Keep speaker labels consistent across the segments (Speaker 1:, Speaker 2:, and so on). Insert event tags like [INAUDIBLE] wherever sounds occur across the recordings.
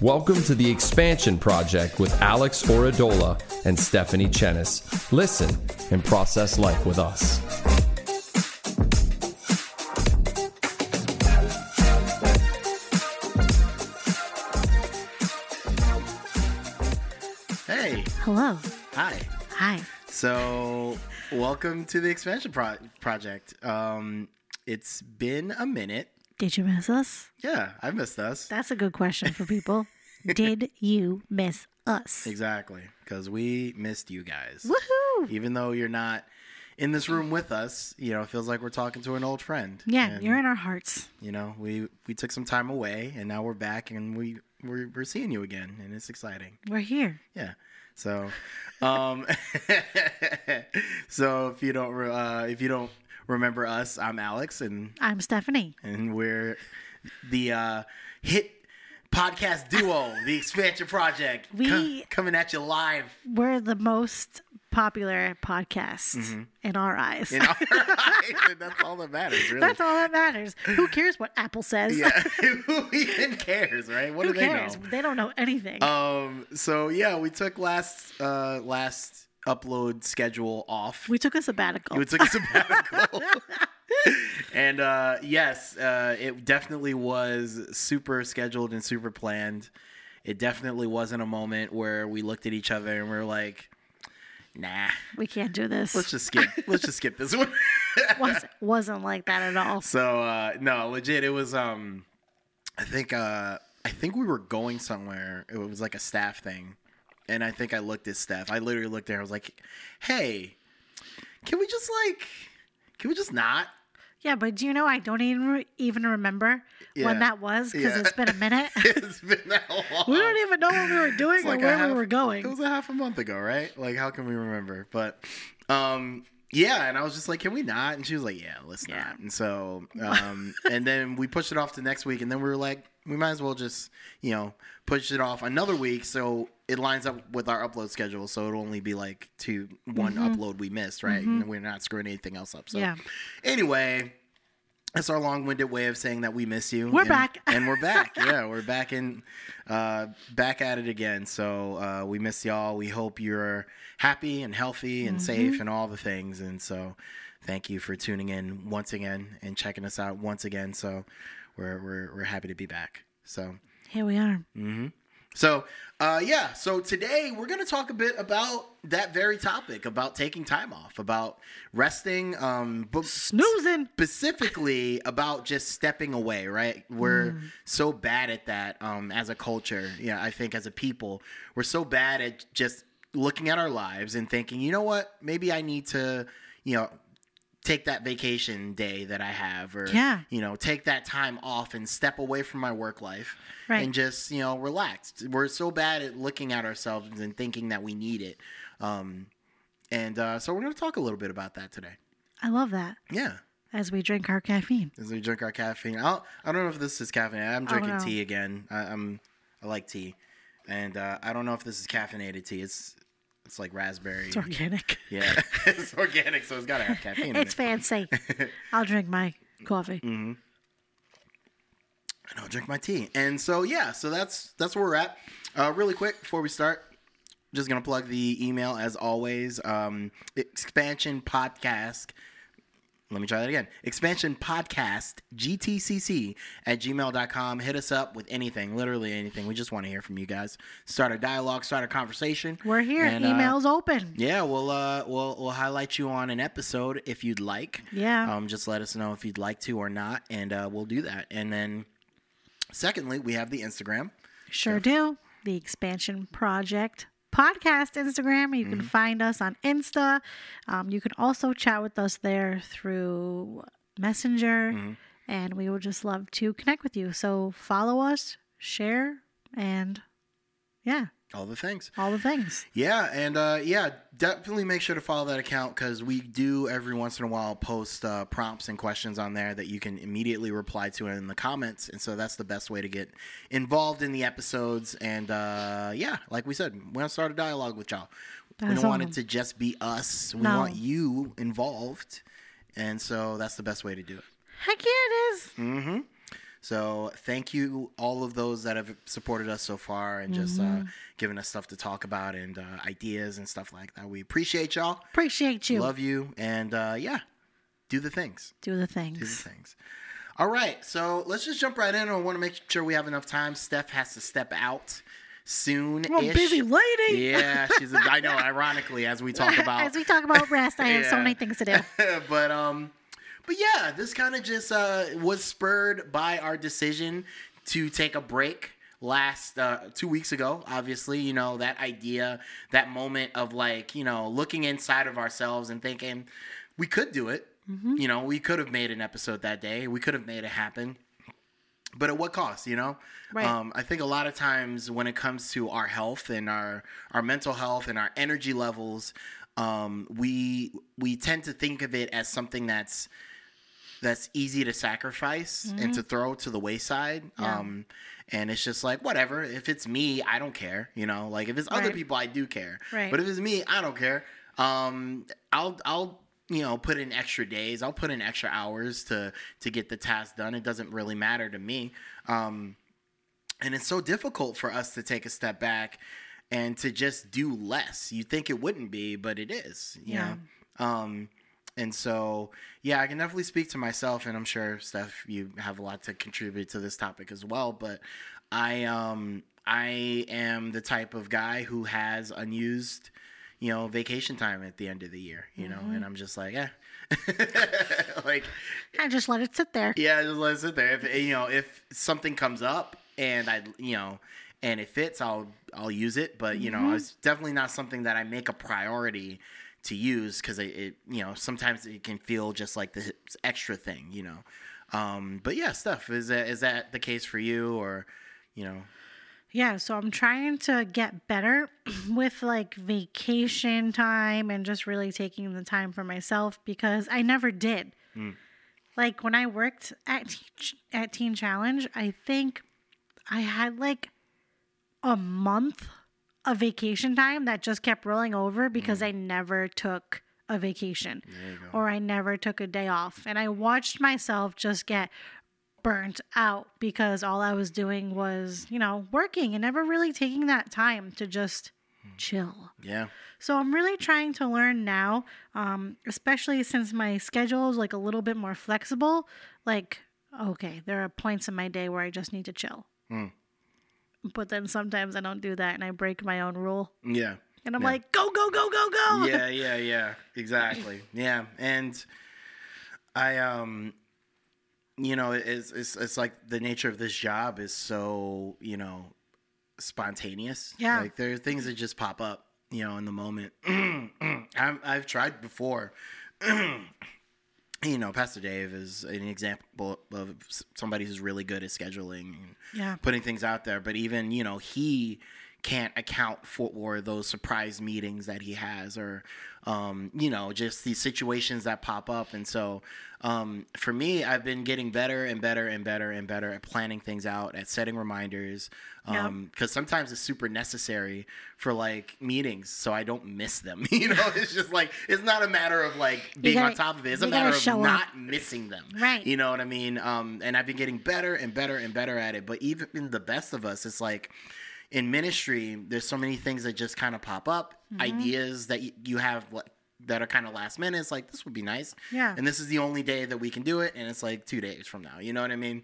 Speaker 1: Welcome to the Expansion Project with Alex Oradola and Stephanie Chenis. Listen and process life with us.
Speaker 2: Hey,
Speaker 3: Hello.
Speaker 2: hi.
Speaker 3: Hi.
Speaker 2: So, welcome to the expansion pro- project. Um, it's been a minute.
Speaker 3: Did you miss us?
Speaker 2: Yeah, I missed us.
Speaker 3: That's a good question for
Speaker 2: [LAUGHS]
Speaker 3: people. Did you miss us?
Speaker 2: exactly, because we missed you guys.
Speaker 3: Woohoo!
Speaker 2: Even though you're not in this room with us, you know, it feels like we're talking to an old friend.
Speaker 3: Yeah,
Speaker 2: And,
Speaker 3: you're in our hearts.
Speaker 2: You know, we we took some time away, and now we're back, and we we're, we're seeing you again, and it's exciting.
Speaker 3: We're here.
Speaker 2: Yeah. So, um, [LAUGHS] so if you don't re- uh, if you don't remember us, I'm Alex, and
Speaker 3: I'm Stephanie.
Speaker 2: and we're the uh, hit podcast duo, the Expansion Project, co-
Speaker 3: We-
Speaker 2: coming at you live
Speaker 3: We're the most popular podcast in our eyes.
Speaker 2: Mm-hmm. in our [LAUGHS] eyes, and that's all that matters, really.
Speaker 3: [LAUGHS] That's all that matters.
Speaker 2: [LAUGHS]
Speaker 3: Who cares what Apple says?
Speaker 2: yeah, [LAUGHS] who even cares, right? What
Speaker 3: [LAUGHS] Who
Speaker 2: do
Speaker 3: cares?
Speaker 2: they know?
Speaker 3: They, don't know anything.
Speaker 2: Um, so yeah, we took last uh, last upload schedule off.
Speaker 3: we took a sabbatical.
Speaker 2: We took a sabbatical. [LAUGHS] and uh, yes, uh, it definitely was super scheduled and super planned. It definitely wasn't a moment where we looked at each other and we are like, "Nah,
Speaker 3: we can't do this.
Speaker 2: let's just skip. let's just skip this one."
Speaker 3: [LAUGHS] Was, wasn't like that at all.
Speaker 2: so uh, no, legit, it was. Um, I think uh, I think we were going somewhere. It was like a staff thing, and I think I looked at Steph. I literally looked at her. I was like, "Hey, can we just like, can we just not?"
Speaker 3: Yeah, but do you know I don't even re- even remember
Speaker 2: Yeah.
Speaker 3: when that was because
Speaker 2: Yeah.
Speaker 3: it's been a minute.
Speaker 2: [LAUGHS] it's been that long.
Speaker 3: We don't even know what we were doing
Speaker 2: It's
Speaker 3: or
Speaker 2: like a
Speaker 3: where we
Speaker 2: half-
Speaker 3: were going.
Speaker 2: It was a half a month ago, right? Like, how can we remember? But, um, yeah, and I was just like, "Can we not?" And she was like, "Yeah, let's
Speaker 3: Yeah.
Speaker 2: not." And so,
Speaker 3: [LAUGHS]
Speaker 2: um, and then we pushed it off to next week, and then we were like, "We might as well just, you know, push it off another week so it lines up with our upload schedule, so it'll only be like two one upload we missed, right? And we're not screwing anything else up." So,
Speaker 3: Mm-hmm. Yeah.
Speaker 2: anyway. That's our long-winded way of saying that we miss you.
Speaker 3: We're
Speaker 2: and-
Speaker 3: back.
Speaker 2: [LAUGHS] and we're
Speaker 3: [LAUGHS]
Speaker 2: back. yeah, we're back in, uh, back at it again. So uh, we miss y'all. We hope you're happy and healthy
Speaker 3: Mm-hmm.
Speaker 2: and safe and all the things. And so, thank you for tuning in once again and checking us out once again. So, we're we're, we're happy to be back. So.
Speaker 3: Here we are.
Speaker 2: So, uh, yeah. So today we're going to talk a bit about that very topic, about taking time off, about resting, um, but
Speaker 3: Snoozing.
Speaker 2: specifically about just stepping away, right? We're
Speaker 3: Mm.
Speaker 2: so bad at that um, as a culture. Yeah, I think as a people, we're so bad at just looking at our lives and thinking, you know what? Maybe I need to, you know, take that vacation day that I have, or
Speaker 3: Yeah.
Speaker 2: you know, take that time off and step away from my work life,
Speaker 3: Right.
Speaker 2: and just you know, relax. We're so bad at looking at ourselves and thinking that we need it. Um, and uh, so we're going to talk a little bit about that today.
Speaker 3: I love that
Speaker 2: Yeah
Speaker 3: as we drink our caffeine.
Speaker 2: as we drink our caffeine. I don't, I don't know if this is caffeine. I'm drinking
Speaker 3: Oh, no.
Speaker 2: tea again. I, I'm I like tea, and uh, I don't know if this is caffeinated tea. It's it's like raspberry. [LAUGHS]
Speaker 3: It's organic.
Speaker 2: Yeah, it's organic, so it's gotta have caffeine.
Speaker 3: [LAUGHS] It's
Speaker 2: in it. [LAUGHS]
Speaker 3: fancy. I'll drink my coffee.
Speaker 2: Mm. And I'll drink my tea. And so yeah, so that's that's where we're at. Uh, really quick before we start. Just gonna plug the email as always. Um, expansion podcast let me try that again. Expansion podcast, GTCC at gmail.com. Hit us up with anything, literally anything. We just want to hear from you guys. Start a dialogue, start a conversation.
Speaker 3: We're here.
Speaker 2: And, uh,
Speaker 3: Emails open.
Speaker 2: yeah, we'll uh, we'll we'll highlight you on an episode if you'd like.
Speaker 3: Yeah.
Speaker 2: Um, just let us know if you'd like to or not, and uh, we'll do that. And then, secondly, we have the Instagram.
Speaker 3: Sure do. The Expansion Project podcast Instagram. You can
Speaker 2: Mm-hmm.
Speaker 3: find us on Insta. Um, you can also chat with us there through Messenger,
Speaker 2: Mm-hmm.
Speaker 3: and we would just love to connect with you. So follow us, share, and yeah,
Speaker 2: All the things.
Speaker 3: all the things.
Speaker 2: Yeah, and uh, yeah, definitely make sure to follow that account because we do every once in a while post uh, prompts and questions on there that you can immediately reply to in the comments, and so that's the best way to get involved in the episodes. And uh, yeah, like we said, we want to start a dialogue with y'all. we
Speaker 3: That's
Speaker 2: don't want it to
Speaker 3: awesome.
Speaker 2: just be us. We
Speaker 3: No.
Speaker 2: want you involved, and so that's the best way to do it.
Speaker 3: Heck yeah, it is.
Speaker 2: So thank you all of those that have supported us so far and just uh,
Speaker 3: Mm-hmm.
Speaker 2: giving us stuff to talk about and uh, ideas and stuff like that. We appreciate y'all.
Speaker 3: Appreciate you.
Speaker 2: Love you. And uh, yeah, do the things.
Speaker 3: Do the
Speaker 2: Do the
Speaker 3: things.
Speaker 2: things. All right. So let's just jump right in. I want to make sure we have enough time. Steph has to step out soon.
Speaker 3: Well, busy lady.
Speaker 2: Yeah, she's. A, I know. Ironically, as we talk about
Speaker 3: [LAUGHS] As we talk about rest, I have so
Speaker 2: Yeah.
Speaker 3: many things to do.
Speaker 2: [LAUGHS] but um but yeah this kind of just uh was spurred by our decision to take a break last uh, two weeks ago obviously you know that idea that moment of like you know looking inside of ourselves and thinking we could do it you know we could have made an episode that day we could have made it happen but at what cost you know
Speaker 3: Right.
Speaker 2: um, i think a lot of times when it comes to our health and our our mental health and our energy levels um, we we tend to think of it as something that's that's easy to sacrifice and to throw to the wayside
Speaker 3: Mm-hmm. Yeah.
Speaker 2: um, and it's just like whatever if it's me i don't care you know like if it's other
Speaker 3: Right.
Speaker 2: people i do care
Speaker 3: Right.
Speaker 2: but if it's me i don't care um, i'll i'll you know put in extra days i'll put in extra hours to to get the task done it doesn't really matter to me um, and it's so difficult for us to take a step back and to just do less you think it wouldn't be but it is you
Speaker 3: Yeah.
Speaker 2: know um, and so yeah i can definitely speak to myself and i'm sure steph you have a lot to contribute to this topic as well but i um i am the type of guy who has unused you know vacation time at the end of the year you know and i'm just like eh [LAUGHS] like
Speaker 3: I just let it sit there.
Speaker 2: yeah, just let it sit there. If you know, if something comes up and I, you know, and it fits, I'll I'll use it. But you know, it's definitely not something that I make a priority to use because it, it, you know, sometimes it can feel just like this extra thing, you know. Um, but yeah, stuff is that is that the case for you or, you know,
Speaker 3: Yeah, so I'm trying to get better [CLEARS THROAT] with like vacation time and just really taking the time for myself because I never did. Like when I worked at Teen, at Teen Challenge, I think I had like a month of vacation time that just kept rolling over because I never took a vacation or I never took a day off. And I watched myself just get burnt out because all I was doing was, you know, working and never really taking that time to just chill.
Speaker 2: yeah,
Speaker 3: So I'm really trying to learn now, um, especially since my schedule is like a little bit more flexible. Like, okay, there are points in my day where I just need to chill.
Speaker 2: Mm.
Speaker 3: But then sometimes I don't do that and I break my own rule.
Speaker 2: yeah.
Speaker 3: And I'm
Speaker 2: Yeah.
Speaker 3: like, go, go, go, go, go.
Speaker 2: yeah, yeah, yeah. Exactly. Yeah, and I um, you know, it's it's it's like the nature of this job is so you know spontaneous.
Speaker 3: Yeah.
Speaker 2: like there are things that just pop up, you know, in the moment. [CLEARS THROAT] I'm, I've tried before. [CLEARS THROAT] You know, Pastor Dave is an example of s- somebody who's really good at scheduling and
Speaker 3: Yeah.
Speaker 2: putting things out there. But even you know he can't account for those surprise meetings that he has, or um, you know just these situations that pop up. And so um, for me, I've been getting better and better and better and better at planning things out, at setting reminders,
Speaker 3: Yeah.
Speaker 2: because sometimes it's super necessary for like meetings, so I don't miss them. [LAUGHS] you know, it's just like it's not a matter of like being on
Speaker 3: gotta-
Speaker 2: top of it; it's a
Speaker 3: you gotta
Speaker 2: matter of
Speaker 3: show up.
Speaker 2: not not missing them.
Speaker 3: Right.
Speaker 2: You know what I mean? Um, and I've been getting better and better and better at it. But even in the best of us, it's like in ministry, there's so many things that just kind of pop up, ideas that y- you have like that are kind of last minute. It's like this would be nice.
Speaker 3: Yeah.
Speaker 2: And this is the only day that we can do it, and it's like two days from now. You know what I mean?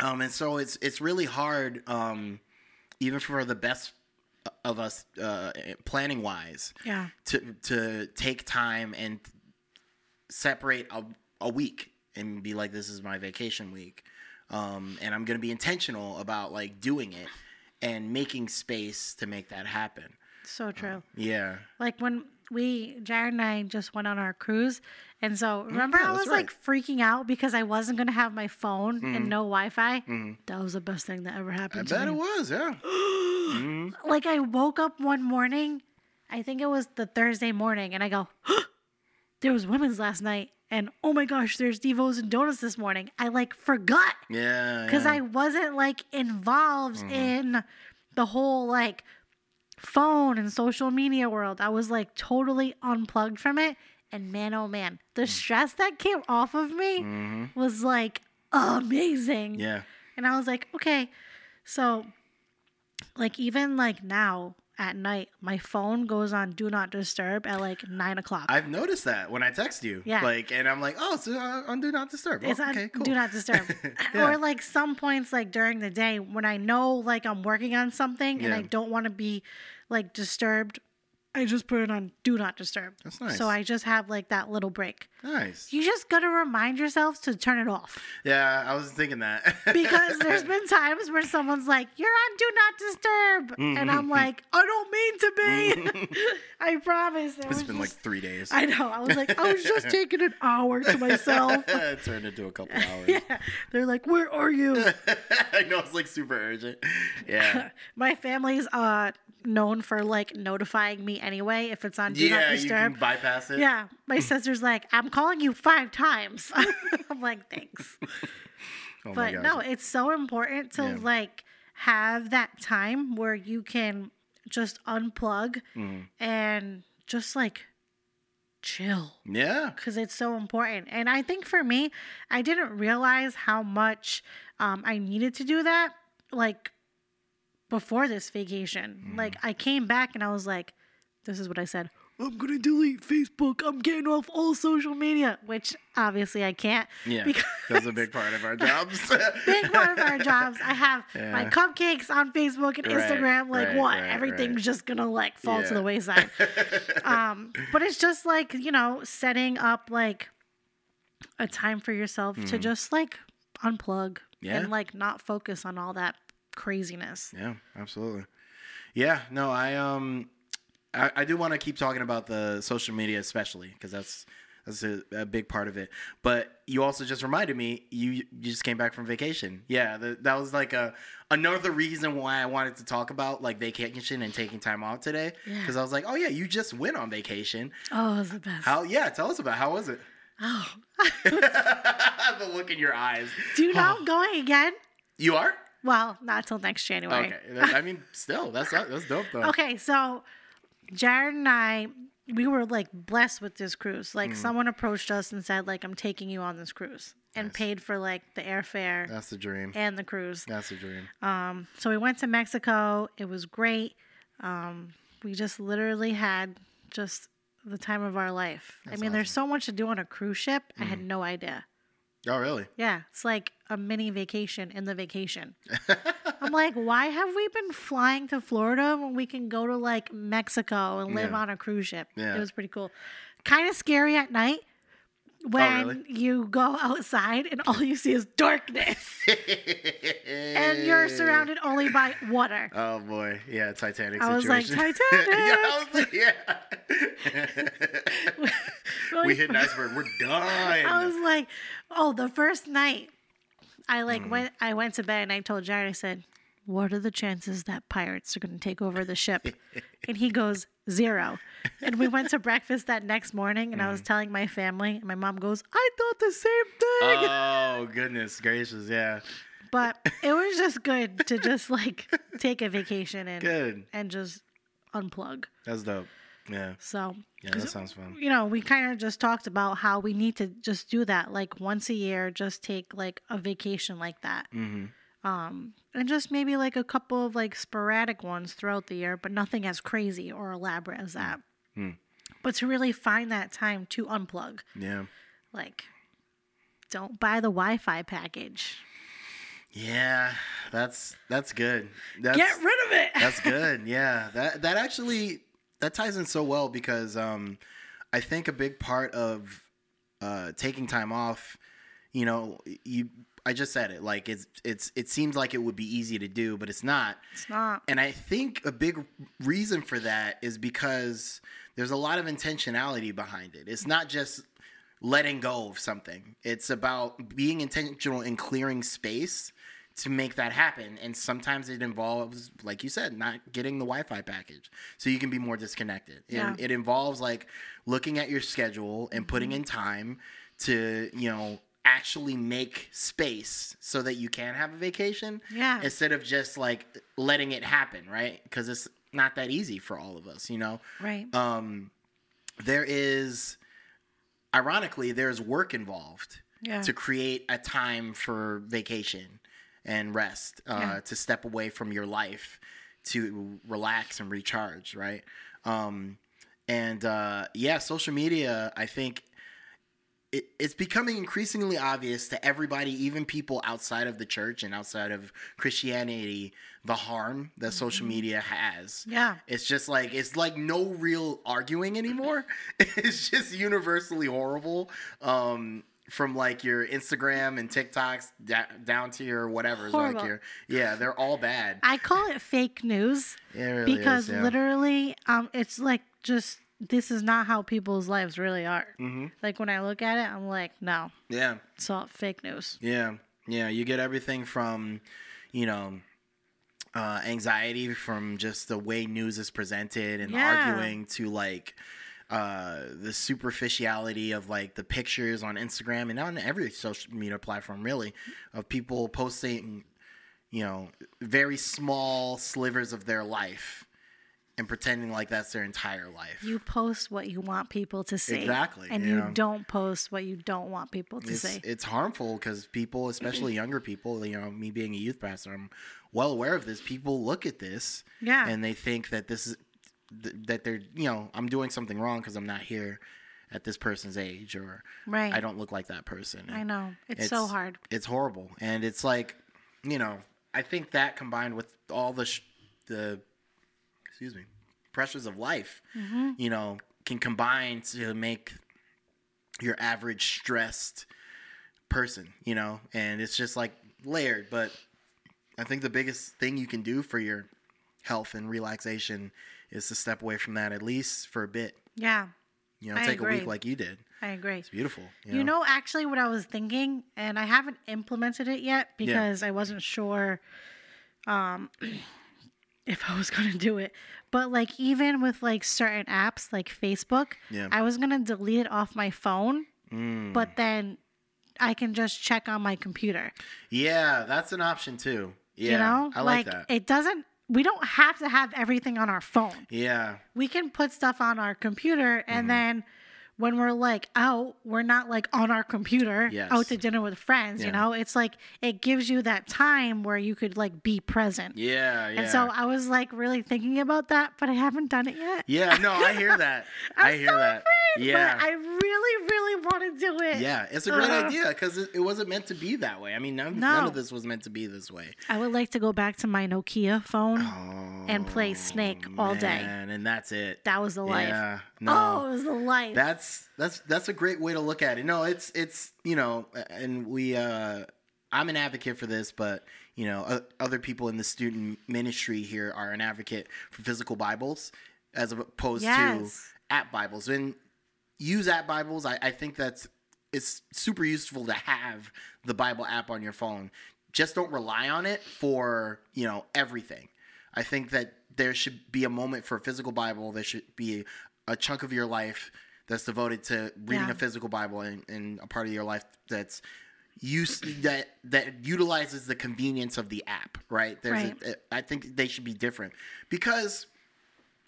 Speaker 2: Um, and so it's it's really hard, um, even for the best of us, uh, planning wise
Speaker 3: Yeah.
Speaker 2: to to take time and separate a, a week and be like this is my vacation week um, and i'm gonna be intentional about like doing it and making space to make that happen
Speaker 3: So true.
Speaker 2: yeah
Speaker 3: Like when we Jared and I just went on our cruise, and so remember
Speaker 2: Mm, yeah,
Speaker 3: I
Speaker 2: that's
Speaker 3: was like freaking out because I wasn't gonna have my phone and no Wi-Fi. That was the best thing that ever
Speaker 2: Mm-hmm. i
Speaker 3: happened
Speaker 2: bet
Speaker 3: to
Speaker 2: it
Speaker 3: me.
Speaker 2: was
Speaker 3: [GASPS]
Speaker 2: yeah
Speaker 3: Like I woke up one morning, I think it was the Thursday morning, and I go, there was women's last night, and oh my gosh, there's Devos and donuts this morning. I like forgot
Speaker 2: yeah
Speaker 3: because
Speaker 2: yeah. Mm-hmm.
Speaker 3: I wasn't like involved in the whole like phone and social media world. I was like totally unplugged
Speaker 2: Mm.
Speaker 3: from it. And man, oh man, the stress that came off of me was like amazing.
Speaker 2: Mm-hmm. Yeah.
Speaker 3: And I was like, okay. So, like, even like now at night, my phone goes on do not disturb at like nine o'clock.
Speaker 2: I've noticed that when I text you.
Speaker 3: Yeah.
Speaker 2: Like, and I'm like, oh, so uh, on Do Not Disturb. Oh,
Speaker 3: it's on
Speaker 2: okay, cool.
Speaker 3: do not disturb.
Speaker 2: [LAUGHS]
Speaker 3: [LAUGHS]
Speaker 2: Yeah.
Speaker 3: Or like some points, like during the day when I know like I'm working on something and I
Speaker 2: Yeah.
Speaker 3: don't want to be like disturbed, I just put it on do not disturb.
Speaker 2: That's nice.
Speaker 3: So I just have like that little break.
Speaker 2: nice.
Speaker 3: You just gotta remind yourself to turn it off. [LAUGHS]
Speaker 2: Yeah, I was thinking that. [LAUGHS]
Speaker 3: because there's been times where someone's like, "You're on Do Not Disturb," and
Speaker 2: Mm-hmm.
Speaker 3: I'm like, "I don't mean to be. [LAUGHS] I promise." It
Speaker 2: it's
Speaker 3: was
Speaker 2: been like
Speaker 3: just-
Speaker 2: three days. [LAUGHS]
Speaker 3: I know. I was like, I was just taking an hour to
Speaker 2: [LAUGHS]
Speaker 3: myself. [LAUGHS]
Speaker 2: it turned into a couple hours. [LAUGHS]
Speaker 3: They're like, "Where are you?"
Speaker 2: I know it's like super urgent. Yeah.
Speaker 3: My family's uh known for like notifying me anyway if it's on [LAUGHS] Do Not
Speaker 2: yeah, you
Speaker 3: Disturb.
Speaker 2: can bypass it.
Speaker 3: Yeah,
Speaker 2: [LAUGHS]
Speaker 3: my sister's like, I'm calling you five times. [LAUGHS] I'm like, thanks.
Speaker 2: Oh my
Speaker 3: but
Speaker 2: gosh.
Speaker 3: no, it's so important to
Speaker 2: Yeah.
Speaker 3: like have that time where you can just unplug
Speaker 2: Mm-hmm.
Speaker 3: and just like chill
Speaker 2: Yeah.
Speaker 3: because it's so important. And I think for me, I didn't realize how much um, I needed to do that like before this vacation. Like I came back and I was like, this is what I said. I'm gonna delete Facebook. I'm getting off all social media, which obviously I can't.
Speaker 2: Yeah.
Speaker 3: [LAUGHS] Because
Speaker 2: That's a big part of our jobs.
Speaker 3: [LAUGHS] big part of our jobs.
Speaker 2: [LAUGHS]
Speaker 3: I have my
Speaker 2: Yeah.
Speaker 3: cupcakes on Facebook and
Speaker 2: Right,
Speaker 3: Instagram. Like
Speaker 2: right,
Speaker 3: what?
Speaker 2: right,
Speaker 3: Everything's
Speaker 2: right.
Speaker 3: just gonna like fall to
Speaker 2: Yeah. [LAUGHS]
Speaker 3: the wayside. um, but it's just like you know setting up like a time for yourself to just like unplug
Speaker 2: Mm-hmm. Yeah.
Speaker 3: and like not focus on all that craziness.
Speaker 2: Yeah, absolutely. Yeah, no, I um, I, I do want to keep talking about the social media, especially because that's that's a, a big part of it. But you also just reminded me you you just came back from vacation. Yeah, the, that was like a another reason why I wanted to talk about like vacation and taking time off today
Speaker 3: Yeah.
Speaker 2: because I was like, oh yeah, you just went on vacation.
Speaker 3: Oh, it's the best.
Speaker 2: How? Yeah, tell us about how was it.
Speaker 3: oh,
Speaker 2: [LAUGHS] the look in your eyes.
Speaker 3: do you know
Speaker 2: Oh.
Speaker 3: I'm going again?
Speaker 2: You are
Speaker 3: Well, not till next January.
Speaker 2: okay. that- I mean, still, that's that's dope though.
Speaker 3: Okay, so Jared and I, we were like blessed with this cruise. Like someone approached us and said, like, I'm taking you on this cruise and paid for like the airfare
Speaker 2: That's the dream.
Speaker 3: and the cruise.
Speaker 2: That's the dream.
Speaker 3: Um, so we went to Mexico. It was great. Um, we just literally had just the time of our life. I mean, there's so much to do on a cruise ship. I had no idea.
Speaker 2: Oh, really?
Speaker 3: Yeah, it's like a mini vacation in
Speaker 2: [LAUGHS]
Speaker 3: the vacation. I'm like, why have we been flying to Florida when we can go to like Mexico and live
Speaker 2: Yeah.
Speaker 3: on a cruise ship?
Speaker 2: Yeah.
Speaker 3: It was pretty cool. Kind of scary at night when
Speaker 2: Oh, really?
Speaker 3: you go [LAUGHS] outside and all you see is darkness and
Speaker 2: and
Speaker 3: you're surrounded only by water.
Speaker 2: Oh boy, yeah, Titanic.
Speaker 3: I was like,
Speaker 2: situation. [LAUGHS]
Speaker 3: "Titanic!"
Speaker 2: yeah, I was like, yeah. Uh, we
Speaker 3: [LAUGHS]
Speaker 2: hit an iceberg. We're done.
Speaker 3: I was like, oh, the first night I like went I went to bed and I told Jared, I said, What are the chances that pirates are gonna take over the ship? and he goes, Zero. And we went to breakfast that next morning and I was telling my family and my mom goes, I thought the same [LAUGHS] thing.
Speaker 2: oh goodness gracious, yeah.
Speaker 3: but it was just good to just like take a vacation and
Speaker 2: Good.
Speaker 3: and just unplug.
Speaker 2: That's dope. Yeah,
Speaker 3: So
Speaker 2: yeah, that sounds fun.
Speaker 3: you know, we kind of just talked about how we need to just do that, like once a year, just take like a vacation like that,
Speaker 2: Mm-hmm.
Speaker 3: um, and just maybe like a couple of like sporadic ones throughout the year, but nothing as crazy or elaborate as that.
Speaker 2: Mm.
Speaker 3: But to really find that time to unplug,
Speaker 2: Yeah,
Speaker 3: like, don't buy the Wi-Fi package.
Speaker 2: yeah, that's that's good. That's,
Speaker 3: Get rid of it.
Speaker 2: That's good. Yeah. That that actually that ties in so well because um I think a big part of uh taking time off, you know, you I just said it, like it's it's it seems like it would be easy to do, but it's not.
Speaker 3: it's not.
Speaker 2: And I think a big reason for that is because there's a lot of intentionality behind it. It's not just letting go of something, it's about being intentional and clearing space to make that happen. And sometimes it involves, like you said, not getting the Wi Fi package so you can be more disconnected. And
Speaker 3: Yeah.
Speaker 2: it involves like looking at your schedule and putting in time to, you know, actually make space so that you can have a vacation
Speaker 3: Yeah.
Speaker 2: instead of just like letting it happen, right? Because it's not that easy for all of us, you know.
Speaker 3: Right.
Speaker 2: Um, there is, ironically, there's work involved
Speaker 3: Yeah.
Speaker 2: to create a time for vacation and rest, uh,
Speaker 3: Yeah.
Speaker 2: to step away from your life, to relax and recharge, right? Um, and uh, yeah, social media, I think it, it's becoming increasingly obvious to everybody, even people outside of the church and outside of Christianity, the harm that social media has.
Speaker 3: Mm-hmm. Yeah.
Speaker 2: It's just like it's like no real arguing anymore. [LAUGHS] It's just universally horrible. Um, from like your Instagram and TikToks da- down to your whatever's like
Speaker 3: Horrible.
Speaker 2: your yeah, they're all bad.
Speaker 3: I call it fake news
Speaker 2: It really is,
Speaker 3: because
Speaker 2: yeah.
Speaker 3: literally, um, it's like just this is not how people's lives really are.
Speaker 2: Mm-hmm.
Speaker 3: Like when I look at it, I'm like, no,
Speaker 2: yeah.
Speaker 3: it's all fake news.
Speaker 2: Yeah, yeah. You get everything from, you know, uh, anxiety from just the way news is presented and
Speaker 3: Yeah.
Speaker 2: arguing to like uh, the superficiality of like the pictures on Instagram and on every social media platform really of people posting, you know, very small slivers of their life and pretending like that's their entire life.
Speaker 3: You post what you want people to see.
Speaker 2: Exactly,
Speaker 3: And
Speaker 2: yeah.
Speaker 3: you don't post what you don't want people to
Speaker 2: it's,
Speaker 3: see.
Speaker 2: It's harmful because people,
Speaker 3: [CLEARS THROAT]
Speaker 2: especially younger people, you know, me being a youth pastor, I'm well aware of this. People look at this,
Speaker 3: Yeah.
Speaker 2: and they think that this is th- that they're, you know, I'm doing something wrong because I'm not here at this person's age, or
Speaker 3: Right.
Speaker 2: I don't look like that person.
Speaker 3: I know. It's, so hard.
Speaker 2: It's horrible, and it's like, you know, I think that combined with all the sh- the excuse me pressures of life,
Speaker 3: Mm-hmm.
Speaker 2: you know, can combine to make your average stressed person, you know, and it's just like layered. But I think the biggest thing you can do for your health and relaxation is to step away from that at least for a bit.
Speaker 3: Yeah.
Speaker 2: You know,
Speaker 3: I
Speaker 2: take a week
Speaker 3: agree.
Speaker 2: like you did.
Speaker 3: I agree.
Speaker 2: It's beautiful.
Speaker 3: You know, actually, what I was thinking, and I haven't implemented it yet because I wasn't sure um, [CLEARS THROAT] if I was [LAUGHS] going to do it. But like, even with like certain apps like Facebook,
Speaker 2: Yeah.
Speaker 3: I was going to delete it off my phone,
Speaker 2: Mm.
Speaker 3: but then I can just check on my computer.
Speaker 2: Yeah, that's an option too. Yeah,
Speaker 3: you know,
Speaker 2: I like, that.
Speaker 3: it doesn't. We don't have to have everything on our phone.
Speaker 2: yeah,
Speaker 3: We can put stuff on our computer,
Speaker 2: Mm-hmm.
Speaker 3: and then when we're like out, we're not like on our computer
Speaker 2: Yes.
Speaker 3: out to dinner with friends.
Speaker 2: Yeah.
Speaker 3: You know, it's like it gives you that time where you could like be present.
Speaker 2: yeah, yeah.
Speaker 3: And so I was like really thinking about that, but I haven't done it yet.
Speaker 2: yeah, no, I
Speaker 3: [LAUGHS]
Speaker 2: hear that. I hear that. yeah,
Speaker 3: But I really, really want to do it.
Speaker 2: yeah, it's a great
Speaker 3: Ugh.
Speaker 2: idea because it, it wasn't meant to be that way. I mean, none, none
Speaker 3: No.
Speaker 2: of this was meant to be this way.
Speaker 3: I would like to go back to my Nokia phone and play Snake all day.
Speaker 2: Oh, Man, and that's it.
Speaker 3: That was the life.
Speaker 2: Yeah,
Speaker 3: Oh,
Speaker 2: no,
Speaker 3: it was the life.
Speaker 2: that's that's that's a great way to look at it. No, it's it's you know, and we. uh I'm an advocate for this, but you know, o- other people in the student ministry here are an advocate for physical Bibles as opposed
Speaker 3: Yes.
Speaker 2: to app Bibles. And use app Bibles. I, I think that's it's super useful to have the Bible app on your phone. Just don't rely on it for you know everything. I think that there should be a moment for a physical Bible. There should be a chunk of your life that's devoted to reading
Speaker 3: Yeah.
Speaker 2: a physical Bible and, and a part of your life that's use that that utilizes the convenience of the app. Right? There's
Speaker 3: Right.
Speaker 2: A, I think they should be different because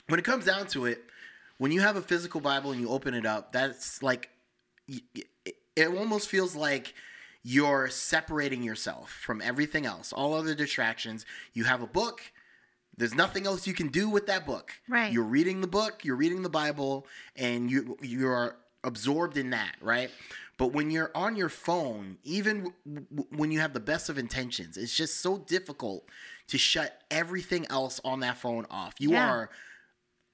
Speaker 2: when it comes down to it, when you have a physical Bible and you open it up, that's like y- y- it it almost feels like you're separating yourself from everything else, all other distractions. You have a book. There's nothing else you can do with that book.
Speaker 3: Right.
Speaker 2: You're reading the book, you're reading the Bible, and you you are absorbed in that, right? But when you're on your phone, even w- w- when you have the best of intentions, it's just so difficult to shut everything else on that phone off. You
Speaker 3: Yeah.
Speaker 2: are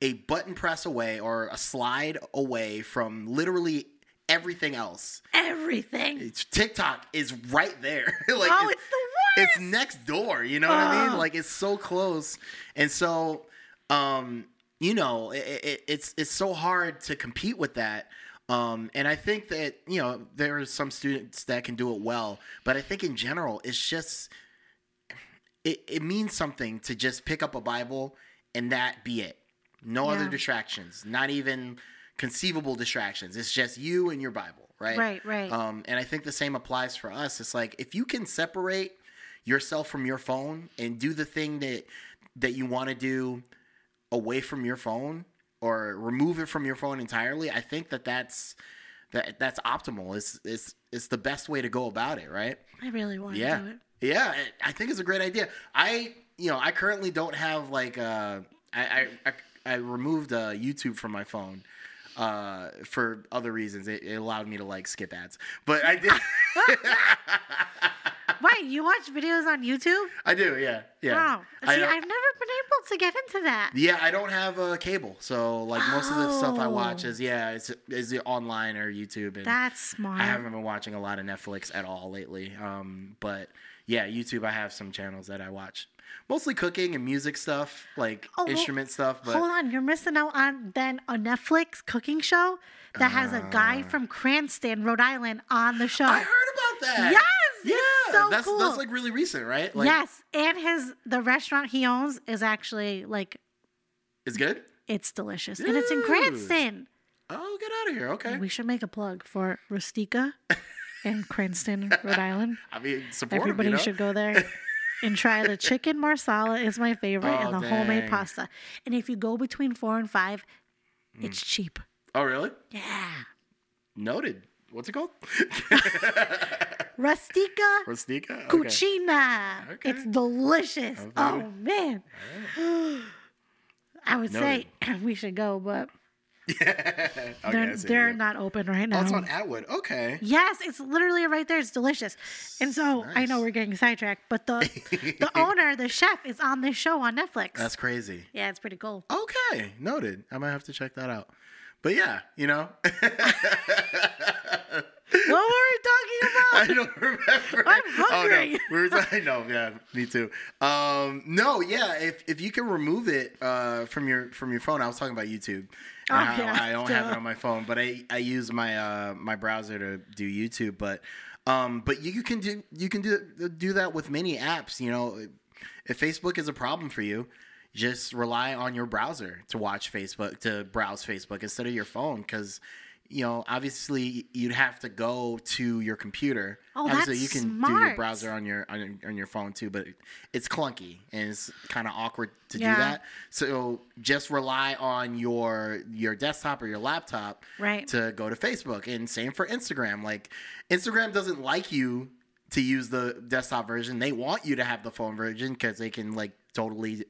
Speaker 2: a button press away or a slide away from literally everything else.
Speaker 3: Everything.
Speaker 2: It's, TikTok is right there. [LAUGHS] like
Speaker 3: oh,
Speaker 2: it's-
Speaker 3: it's the worst.
Speaker 2: it's next door. You know what I mean?
Speaker 3: Ugh.
Speaker 2: Like it's so close, and so, um, you know, it, it, it's it's so hard to compete with that. Um, and I think that you know there are some students that can do it well, but I think in general, it's just it, it means something to just pick up a Bible and that be it. No other
Speaker 3: Yeah.
Speaker 2: distractions, not even conceivable distractions. It's just you and your Bible, right?
Speaker 3: Right, right.
Speaker 2: Um, and I think the same applies for us. It's like if you can separate yourself from your phone and do the thing that that you want to do away from your phone or remove it from your phone entirely, I think that that's that that's optimal. It's it's it's the best way to go about it, right?
Speaker 3: I really want
Speaker 2: Yeah.
Speaker 3: to do it.
Speaker 2: Yeah, I- I think it's a great idea. I, you know, I currently don't have like uh, I, I, I, I removed uh, YouTube from my phone uh, for other reasons. It, it allowed me to like skip ads, but I
Speaker 3: [LAUGHS]
Speaker 2: did.
Speaker 3: Wait, you watch videos on YouTube?
Speaker 2: I do, yeah, yeah.
Speaker 3: Wow.
Speaker 2: I
Speaker 3: See,
Speaker 2: don't-
Speaker 3: I've never been able to get into that.
Speaker 2: yeah, I don't have uh, cable, so like most of the stuff I watch
Speaker 3: Oh.
Speaker 2: is yeah, it's is online or YouTube, and
Speaker 3: That's smart.
Speaker 2: I haven't been watching a lot of Netflix at all lately. Um, but yeah, YouTube. I have some channels that I watch, mostly cooking and music stuff, like
Speaker 3: Oh, well,
Speaker 2: instrument stuff. But
Speaker 3: Hold on, you're missing out on then a Netflix cooking show that has a guy from Cranston, Rhode Island, on the show.
Speaker 2: Ah. I heard about that.
Speaker 3: Yes, it's
Speaker 2: yeah,
Speaker 3: so
Speaker 2: that's
Speaker 3: cool.
Speaker 2: that's like really recent, right? Like,
Speaker 3: yes, and his the restaurant he owns is actually like
Speaker 2: it's good.
Speaker 3: it's delicious, and it's in
Speaker 2: Dude.
Speaker 3: Cranston.
Speaker 2: Oh, get out of here. Okay,
Speaker 3: We should make a plug for Rustica in Cranston, Rhode Island.
Speaker 2: I mean, support 'em,
Speaker 3: Everybody
Speaker 2: you know?
Speaker 3: should
Speaker 2: [LAUGHS]
Speaker 3: go there and try the chicken marsala is my favorite,
Speaker 2: Oh,
Speaker 3: and the homemade
Speaker 2: dang.
Speaker 3: pasta. And if you go between four and five, it's cheap.
Speaker 2: Oh, really?
Speaker 3: Yeah,
Speaker 2: Noted. What's it called? [LAUGHS]
Speaker 3: Rustica
Speaker 2: Rustica. Okay.
Speaker 3: Cucina.
Speaker 2: Okay.
Speaker 3: It's delicious. Oh man. [GASPS] I would say [CLEARS THROAT] we should go, but
Speaker 2: [LAUGHS] okay, I
Speaker 3: they're,
Speaker 2: see,
Speaker 3: they're
Speaker 2: yeah.
Speaker 3: not open right
Speaker 2: Oh,
Speaker 3: now.
Speaker 2: it's on Atwood. Okay.
Speaker 3: yes, it's literally right there. It's delicious. And so I know
Speaker 2: Nice.
Speaker 3: we're getting sidetracked,
Speaker 2: [LAUGHS]
Speaker 3: but the the owner, the chef, is on this show on Netflix.
Speaker 2: That's crazy.
Speaker 3: yeah, it's pretty cool.
Speaker 2: Okay, noted. I might have to check that out. But yeah, you know,
Speaker 3: [LAUGHS]
Speaker 2: [LAUGHS]
Speaker 3: what were we talking about?
Speaker 2: I don't remember.
Speaker 3: I'm
Speaker 2: Oh, [LAUGHS]
Speaker 3: hungry.
Speaker 2: no. We were talking- I know, yeah, me too. Um, no, yeah, if, if you can remove it uh, from your from your phone, I was talking about YouTube.
Speaker 3: Oh,
Speaker 2: And how
Speaker 3: yeah,
Speaker 2: I don't have it
Speaker 3: duh.
Speaker 2: on my phone, but I, I use my uh, my browser to do YouTube. But um, but you, you can do you can do do that with many apps. You know, if Facebook is a problem for you, just rely on your browser to watch Facebook to browse Facebook instead of your phone because. You know, obviously, you'd have to go to your computer.
Speaker 3: Oh,
Speaker 2: obviously,
Speaker 3: that's
Speaker 2: you can do your
Speaker 3: smart.
Speaker 2: browser on your on your, on your phone too, but it, it's clunky and it's kind of awkward to
Speaker 3: Yeah.
Speaker 2: do that. So just rely on your your desktop or your laptop
Speaker 3: Right.
Speaker 2: to go to Facebook and same for Instagram. Like Instagram doesn't like you to use the desktop version. They want you to have the phone version cuz they can like totally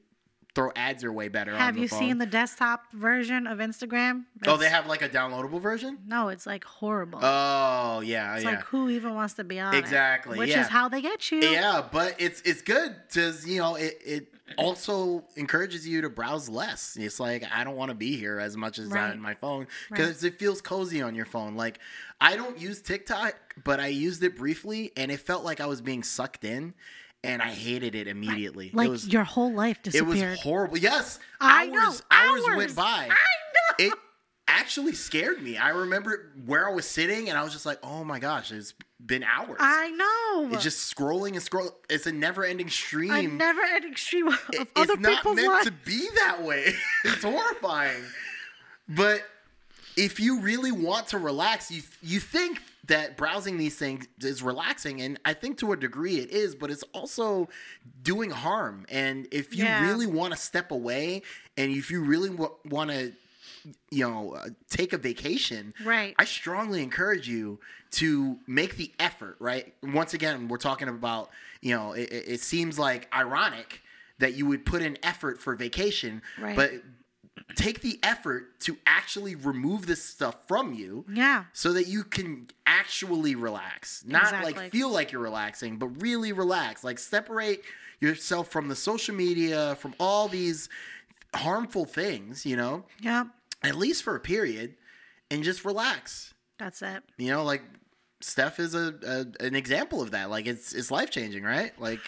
Speaker 2: throw ads your way better on
Speaker 3: Have
Speaker 2: the
Speaker 3: you
Speaker 2: phone.
Speaker 3: seen the desktop version of Instagram?
Speaker 2: Oh, they
Speaker 3: It's-
Speaker 2: have like a downloadable version?
Speaker 3: No, it's like horrible.
Speaker 2: Oh, yeah,
Speaker 3: it's
Speaker 2: yeah.
Speaker 3: like who even wants to be on it?
Speaker 2: Exactly,
Speaker 3: Which
Speaker 2: yeah.
Speaker 3: is how they get you.
Speaker 2: Yeah, but it's it's good to you know it it also encourages you to browse less. It's like I don't want to be here as much as
Speaker 3: Right.
Speaker 2: on my phone because it feels cozy on your phone. Like I don't use TikTok, but I used it briefly and it felt like I was being sucked in, and I hated it immediately.
Speaker 3: Like
Speaker 2: it was
Speaker 3: your whole life
Speaker 2: it
Speaker 3: disappeared.
Speaker 2: was horrible. Yes,
Speaker 3: I
Speaker 2: hours
Speaker 3: know,
Speaker 2: hours,
Speaker 3: hours.
Speaker 2: went by.
Speaker 3: I
Speaker 2: It actually scared me. I remember where I was sitting and I was just like, oh my gosh, it's been hours.
Speaker 3: I know.
Speaker 2: It's just scrolling and scroll. It's a never-ending stream.
Speaker 3: I never an extreme of
Speaker 2: It-
Speaker 3: other
Speaker 2: it's not
Speaker 3: people's
Speaker 2: meant
Speaker 3: lives.
Speaker 2: to be that way. [LAUGHS] it's horrifying. But if you really want to relax, you you think that browsing these things is relaxing, and I think to a degree it is, but it's also doing harm. And if you
Speaker 3: Yeah.
Speaker 2: really want to step away, and if you really w- want to, you know, uh, take a vacation,
Speaker 3: Right.
Speaker 2: I strongly encourage you to make the effort, right? Once again, we're talking about, you know, it, it it seems like ironic that you would put in effort for vacation,
Speaker 3: Right.
Speaker 2: but take the effort to actually remove this stuff from you
Speaker 3: yeah.
Speaker 2: so that you can actually relax. Not
Speaker 3: Exactly.
Speaker 2: like feel like you're relaxing, but really relax. Like separate yourself from the social media, from all these harmful things, you know,
Speaker 3: Yep.
Speaker 2: at least for a period, and just relax
Speaker 3: That's it.
Speaker 2: you know like steph is a, a an example of that like it's it's life changing right like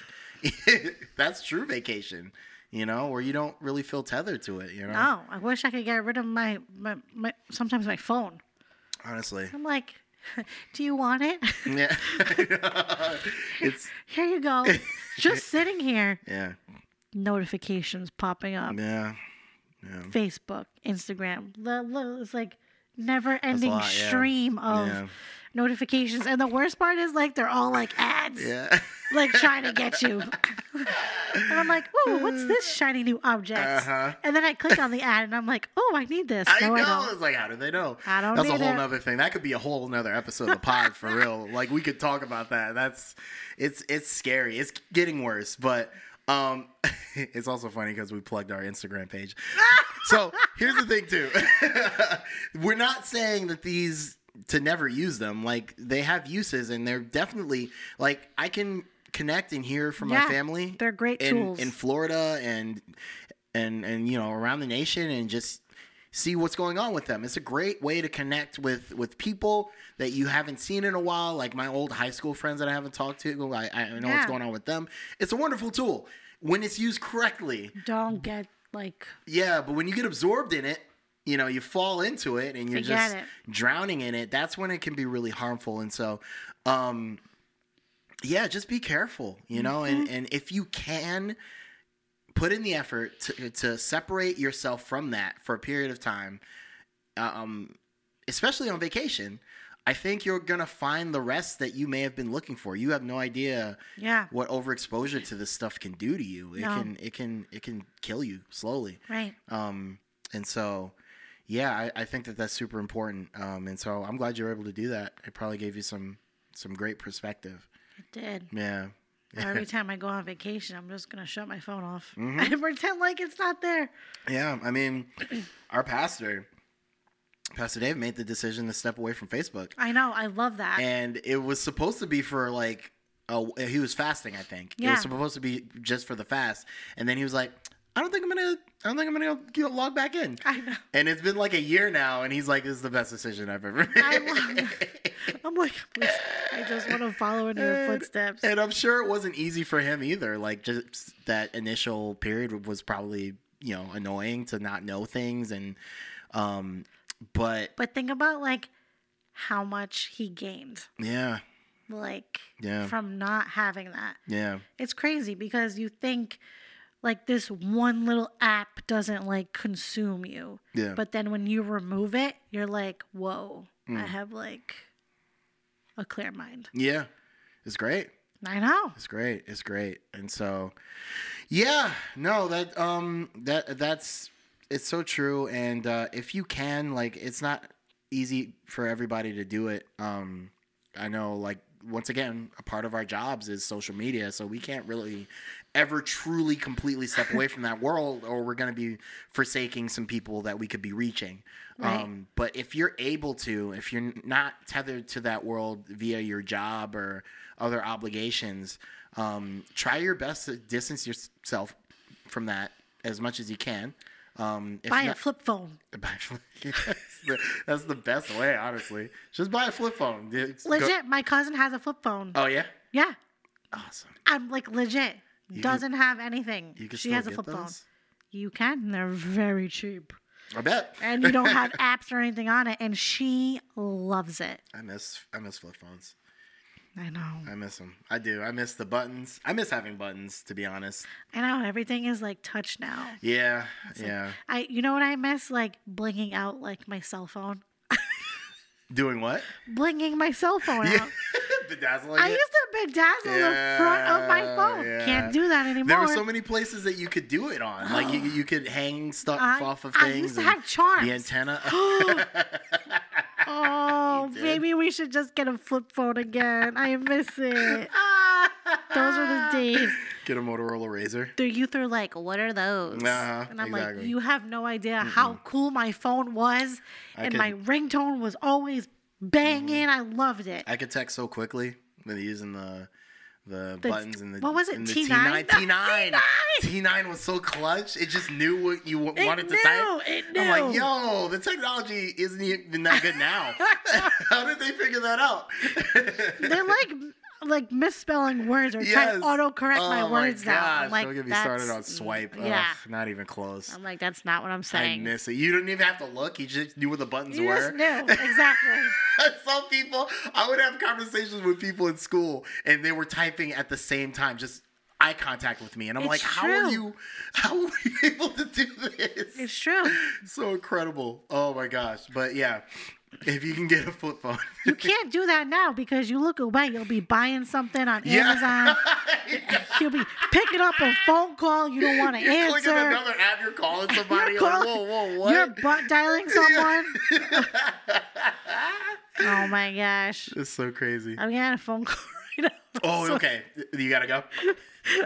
Speaker 2: [LAUGHS] that's true vacation you know where you don't really feel tethered to it you know
Speaker 3: No, Oh, I wish I could get rid of my, my, my sometimes my phone.
Speaker 2: honestly
Speaker 3: I'm like, [LAUGHS] do you want it? [LAUGHS]
Speaker 2: yeah [LAUGHS] it's
Speaker 3: here
Speaker 2: [LAUGHS]
Speaker 3: you go. Just sitting here.
Speaker 2: yeah
Speaker 3: Notifications popping up.
Speaker 2: yeah
Speaker 3: Facebook, Instagram. The, the- it's like never ending
Speaker 2: lot, yeah.
Speaker 3: stream of
Speaker 2: Yeah.
Speaker 3: notifications. And the worst part is like they're all like ads,
Speaker 2: Yeah.
Speaker 3: like trying to get you. [LAUGHS] and I'm like, oh, what's this shiny new object?
Speaker 2: Uh, Uh-huh.
Speaker 3: And then I click on the ad and I'm like, oh, I need this.
Speaker 2: I
Speaker 3: No,
Speaker 2: know.
Speaker 3: I don't.
Speaker 2: It's like, how do they know?
Speaker 3: I don't
Speaker 2: That's a
Speaker 3: need
Speaker 2: whole
Speaker 3: it.
Speaker 2: nother thing. That could be a whole nother episode of the pod
Speaker 3: [LAUGHS]
Speaker 2: for real. Like we could talk about that. That's it's it's scary. It's getting worse, but um, [LAUGHS] it's also funny because we plugged our Instagram
Speaker 3: [LAUGHS]
Speaker 2: page. so here's the thing, too. [LAUGHS] We're not saying that these to never use them. Like they have uses, and they're definitely like I can connect and hear from my
Speaker 3: Yeah,
Speaker 2: family.
Speaker 3: they're great
Speaker 2: in,
Speaker 3: tools.
Speaker 2: in Florida and and and you know around the nation and just see what's going on with them. It's a great way to connect with with people that you haven't seen in a while, like my old high school friends that I haven't talked to. I, I know what's
Speaker 3: Yeah.
Speaker 2: going on with them. It's a wonderful tool when it's used correctly.
Speaker 3: Don't get like
Speaker 2: Yeah, but when you get absorbed in it, you know, you fall into it and you're
Speaker 3: Forget
Speaker 2: just
Speaker 3: it.
Speaker 2: drowning in it. That's when it can be really harmful. And so, um, yeah, just be careful, you know, and,
Speaker 3: Mm-hmm.
Speaker 2: and if you can put in the effort to, to separate yourself from that for a period of time, um, especially on vacation, I think you're going to find the rest that you may have been looking for. You have no idea
Speaker 3: yeah,
Speaker 2: what overexposure to this stuff can do to you. It
Speaker 3: No.
Speaker 2: can, it can, it can kill you slowly.
Speaker 3: right.
Speaker 2: Um, and so, yeah, I, I think that that's super important. Um, and so I'm glad you were able to do that. It probably gave you some some great perspective.
Speaker 3: It did.
Speaker 2: [LAUGHS] Yeah. Mm-hmm.
Speaker 3: Every time I go on vacation, I'm just gonna shut my phone off [LAUGHS] and pretend like it's not there.
Speaker 2: Yeah. I mean, [CLEARS THROAT] our pastor, Pastor Dave, made the decision to step away from Facebook,
Speaker 3: I know. I love that.
Speaker 2: and it was supposed to be for like. Uh, he was fasting, I think. It
Speaker 3: Yeah.
Speaker 2: was supposed to be just for the fast, and then he was like, "I don't think I'm gonna, I don't think I'm gonna go- log back in."
Speaker 3: I know.
Speaker 2: And it's been like a year now, and he's like, "This is the best decision I've ever made."
Speaker 3: I love that. I'm like, please, I just want to follow in your footsteps.
Speaker 2: And I'm sure it wasn't easy for him either. Like just that initial period was probably you know annoying to not know things and um but
Speaker 3: But think about like how much he gained,
Speaker 2: yeah
Speaker 3: like
Speaker 2: Yeah.
Speaker 3: from not having that.
Speaker 2: yeah
Speaker 3: It's crazy because you think like this one little app doesn't like consume you.
Speaker 2: Yeah.
Speaker 3: But then when you remove it, you're like, whoa,
Speaker 2: Mm.
Speaker 3: I have like a clear mind.
Speaker 2: yeah it's great
Speaker 3: I know.
Speaker 2: it's great it's great and so yeah no that um that that's it's so true and uh if you can like it's not easy for everybody to do it um i know like once again a part of our jobs is social media so we can't really ever truly completely step away from that world or we're going to be forsaking some people that we could be reaching
Speaker 3: Right.
Speaker 2: um, but if you're able to if you're not tethered to that world via your job or other obligations um, try your best to distance yourself from that as much as you can um, if
Speaker 3: Buy a
Speaker 2: not-
Speaker 3: flip phone.
Speaker 2: [LAUGHS] Buy a flip. [LAUGHS] that's, the, that's the best way, honestly. Just buy a flip phone. Just go-
Speaker 3: Legit, my cousin has a flip phone.
Speaker 2: Oh yeah,
Speaker 3: yeah.
Speaker 2: awesome.
Speaker 3: I'm like legit. Doesn't have anything.
Speaker 2: You can
Speaker 3: She
Speaker 2: still
Speaker 3: has a
Speaker 2: get
Speaker 3: flip phone.
Speaker 2: those?
Speaker 3: You can. and They're very cheap.
Speaker 2: I bet.
Speaker 3: And you
Speaker 2: [LAUGHS]
Speaker 3: don't have apps or anything on it. And she loves it.
Speaker 2: I miss I miss flip phones.
Speaker 3: I know.
Speaker 2: I miss them. I do. I miss the buttons. I miss having buttons. To be honest.
Speaker 3: I know. Everything is like touch now.
Speaker 2: Yeah. yeah.
Speaker 3: I you know what I miss? Like blinging out like my cell phone.
Speaker 2: Doing what?
Speaker 3: Blinging my cell
Speaker 2: [LAUGHS]
Speaker 3: phone out.
Speaker 2: Bedazzling.
Speaker 3: I
Speaker 2: it?
Speaker 3: used to bedazzle the front of my
Speaker 2: Yeah,
Speaker 3: phone.
Speaker 2: yeah.
Speaker 3: Can't do that anymore.
Speaker 2: There were so many [LAUGHS] places that you could do it on. Like
Speaker 3: [GASPS]
Speaker 2: you, you could hang stuff
Speaker 3: I-
Speaker 2: off of
Speaker 3: I
Speaker 2: things.
Speaker 3: used to
Speaker 2: and
Speaker 3: have charms.
Speaker 2: The
Speaker 3: [GASPS]
Speaker 2: antenna.
Speaker 3: oh, maybe we should just get a flip phone again. I miss
Speaker 2: [LAUGHS]
Speaker 3: it. Those are the days.
Speaker 2: Get a Motorola Razor.
Speaker 3: The youth are like, what are those?
Speaker 2: Uh-huh,
Speaker 3: and I'm
Speaker 2: exactly.
Speaker 3: like, you have no idea how cool my phone was. and my ringtone was always banging. I loved it.
Speaker 2: Mm-hmm. I [LAUGHS] could text so quickly with using the the, buttons and the
Speaker 3: what was it,
Speaker 2: and the
Speaker 3: T9? [LAUGHS]
Speaker 2: T nine T nine was so clutch. It just knew what you w-
Speaker 3: It
Speaker 2: wanted to
Speaker 3: knew,
Speaker 2: type.
Speaker 3: it
Speaker 2: I'm like,
Speaker 3: knew.
Speaker 2: yo, the technology isn't e-, even that good
Speaker 3: [LAUGHS]
Speaker 2: now. How did they figure that out?
Speaker 3: They're like like misspelling words or
Speaker 2: yes.
Speaker 3: trying to autocorrect
Speaker 2: oh
Speaker 3: my words
Speaker 2: my
Speaker 3: now.
Speaker 2: gosh,
Speaker 3: I'm like,
Speaker 2: don't get me
Speaker 3: that's,
Speaker 2: started on swipe.
Speaker 3: Yeah.
Speaker 2: Ugh, not even close.
Speaker 3: I'm like, that's not what I'm
Speaker 2: I
Speaker 3: saying.
Speaker 2: miss it. You didn't even have to look. You just knew where the buttons
Speaker 3: you
Speaker 2: were.
Speaker 3: just knew exactly.
Speaker 2: [LAUGHS] Some people, I would have conversations with people in school, and they were typing at the same time, just eye contact with me, and I'm
Speaker 3: It's
Speaker 2: like, "How are
Speaker 3: true.
Speaker 2: you? [LAUGHS] How were you able to do this?
Speaker 3: It's true.
Speaker 2: so incredible! Oh my gosh! But yeah, If you can get a flip phone. [LAUGHS]
Speaker 3: You can't do that now because you look away. You'll be buying something on
Speaker 2: Yeah. [LAUGHS]
Speaker 3: Amazon. You'll be picking up a phone call you don't want to
Speaker 2: You're clicking
Speaker 3: answer.
Speaker 2: another app, you're calling somebody.
Speaker 3: [LAUGHS] You're,
Speaker 2: like,
Speaker 3: calling-
Speaker 2: whoa,
Speaker 3: [LAUGHS]
Speaker 2: whoa, what?
Speaker 3: you're butt dialing
Speaker 2: [LAUGHS]
Speaker 3: someone. oh my gosh.
Speaker 2: It's so crazy.
Speaker 3: I'm getting a phone call [LAUGHS] right now.
Speaker 2: Oh, okay. You gotta go.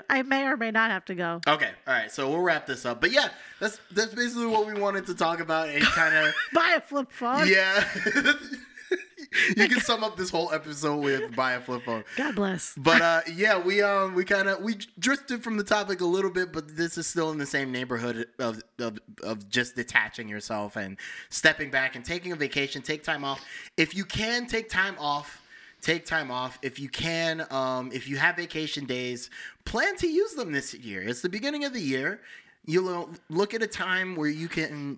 Speaker 3: I may or may not have to go.
Speaker 2: Okay, all right. So we'll wrap this up. But yeah, that's that's basically what we wanted to talk about. And kind of
Speaker 3: Buy a flip [LAUGHS] phone.
Speaker 2: yeah. [LAUGHS] you can sum up this whole episode with buy a flip phone.
Speaker 3: God bless.
Speaker 2: But uh, yeah, we um we kind of we drifted from the topic a little bit, but this is still in the same neighborhood of, of of just detaching yourself and stepping back and taking a vacation, take time off. If you can take time off, take time off. If you can, um, if you have vacation days, plan to use them this year. It's the beginning of the year. You'll look at a time where you can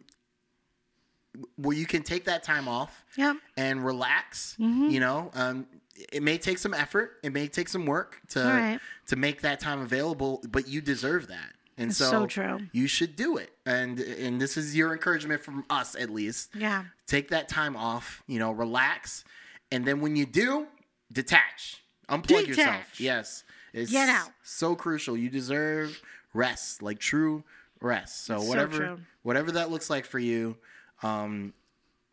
Speaker 2: where you can take that time off
Speaker 3: Yep. Mm-hmm.
Speaker 2: and relax. You know, um, it may take some effort. It may take some work to
Speaker 3: Right.
Speaker 2: to make that time available, but you deserve that. And
Speaker 3: It's
Speaker 2: so,
Speaker 3: so true.
Speaker 2: you should do it. And and this is your encouragement from us, at least.
Speaker 3: Yeah.
Speaker 2: Take that time off. You know, relax, and then when you do, detach, unplug yourself.
Speaker 3: Detach.
Speaker 2: Yes, it's
Speaker 3: Get out.
Speaker 2: So crucial. You deserve rest, like true rest. So
Speaker 3: so
Speaker 2: whatever
Speaker 3: true.
Speaker 2: whatever that looks like for you, um,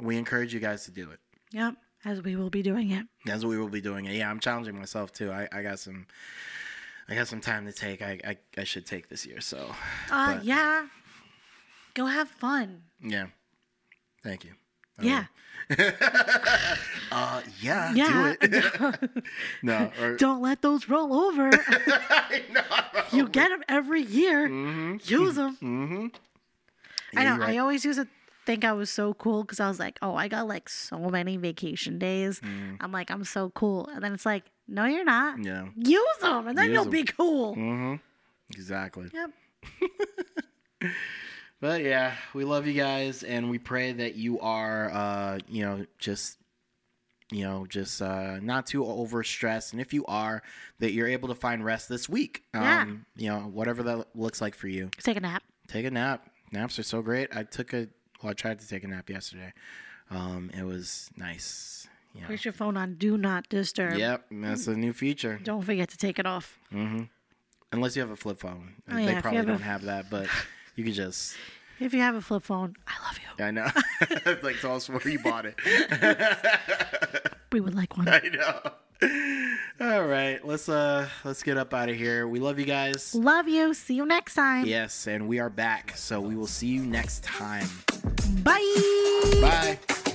Speaker 2: we encourage you guys to do it.
Speaker 3: Yep. As we will be doing it.
Speaker 2: That's what we will be doing. Yeah, I'm challenging myself too. I, I got some I got some time to take. I, I I should take this year. So
Speaker 3: Uh,
Speaker 2: But-
Speaker 3: yeah. Go have fun.
Speaker 2: yeah. Thank you.
Speaker 3: Yeah.
Speaker 2: Uh yeah,
Speaker 3: Yeah.
Speaker 2: do it.
Speaker 3: [LAUGHS]
Speaker 2: [LAUGHS] no, or,
Speaker 3: Don't let those roll over.
Speaker 2: [LAUGHS] I know. Mm-hmm.
Speaker 3: you get them every year. Use them. I
Speaker 2: Yeah,
Speaker 3: know.
Speaker 2: you're right.
Speaker 3: I always used to think I was so cool because I was like, oh, I got like so many vacation days. I'm like, I'm so cool. And then it's like, no, you're not.
Speaker 2: Mm. Yeah.
Speaker 3: Use them and
Speaker 2: Use
Speaker 3: then
Speaker 2: Mm.
Speaker 3: you'll
Speaker 2: 'em.
Speaker 3: be cool.
Speaker 2: Mm-hmm. Exactly.
Speaker 3: Yep.
Speaker 2: But yeah, we love you guys and we pray that you are uh, you know, just you know, just uh not too overstressed and if you are, that you're able to find rest this week.
Speaker 3: Yeah.
Speaker 2: Um, you know, whatever that looks like for you.
Speaker 3: Take a nap.
Speaker 2: take a nap. Naps are so great. I took a well, I tried to take a nap yesterday. Um, it was nice. Yeah.
Speaker 3: Put your phone on do not disturb.
Speaker 2: Yep, that's a new feature.
Speaker 3: Don't forget to take it off.
Speaker 2: Unless you have a flip phone,
Speaker 3: Oh, yeah, if
Speaker 2: they
Speaker 3: you
Speaker 2: probably
Speaker 3: have a-
Speaker 2: don't have that, but you could just.
Speaker 3: If you have a flip phone, I love you.
Speaker 2: I know. [LAUGHS] like tell us where you bought it.
Speaker 3: We would like
Speaker 2: [LAUGHS]
Speaker 3: one.
Speaker 2: I know. All right, let's uh let's get up out of here. We love you guys.
Speaker 3: Love you. See you next time.
Speaker 2: Yes, and we are back. So we will see you next time.
Speaker 3: Bye.
Speaker 2: Bye.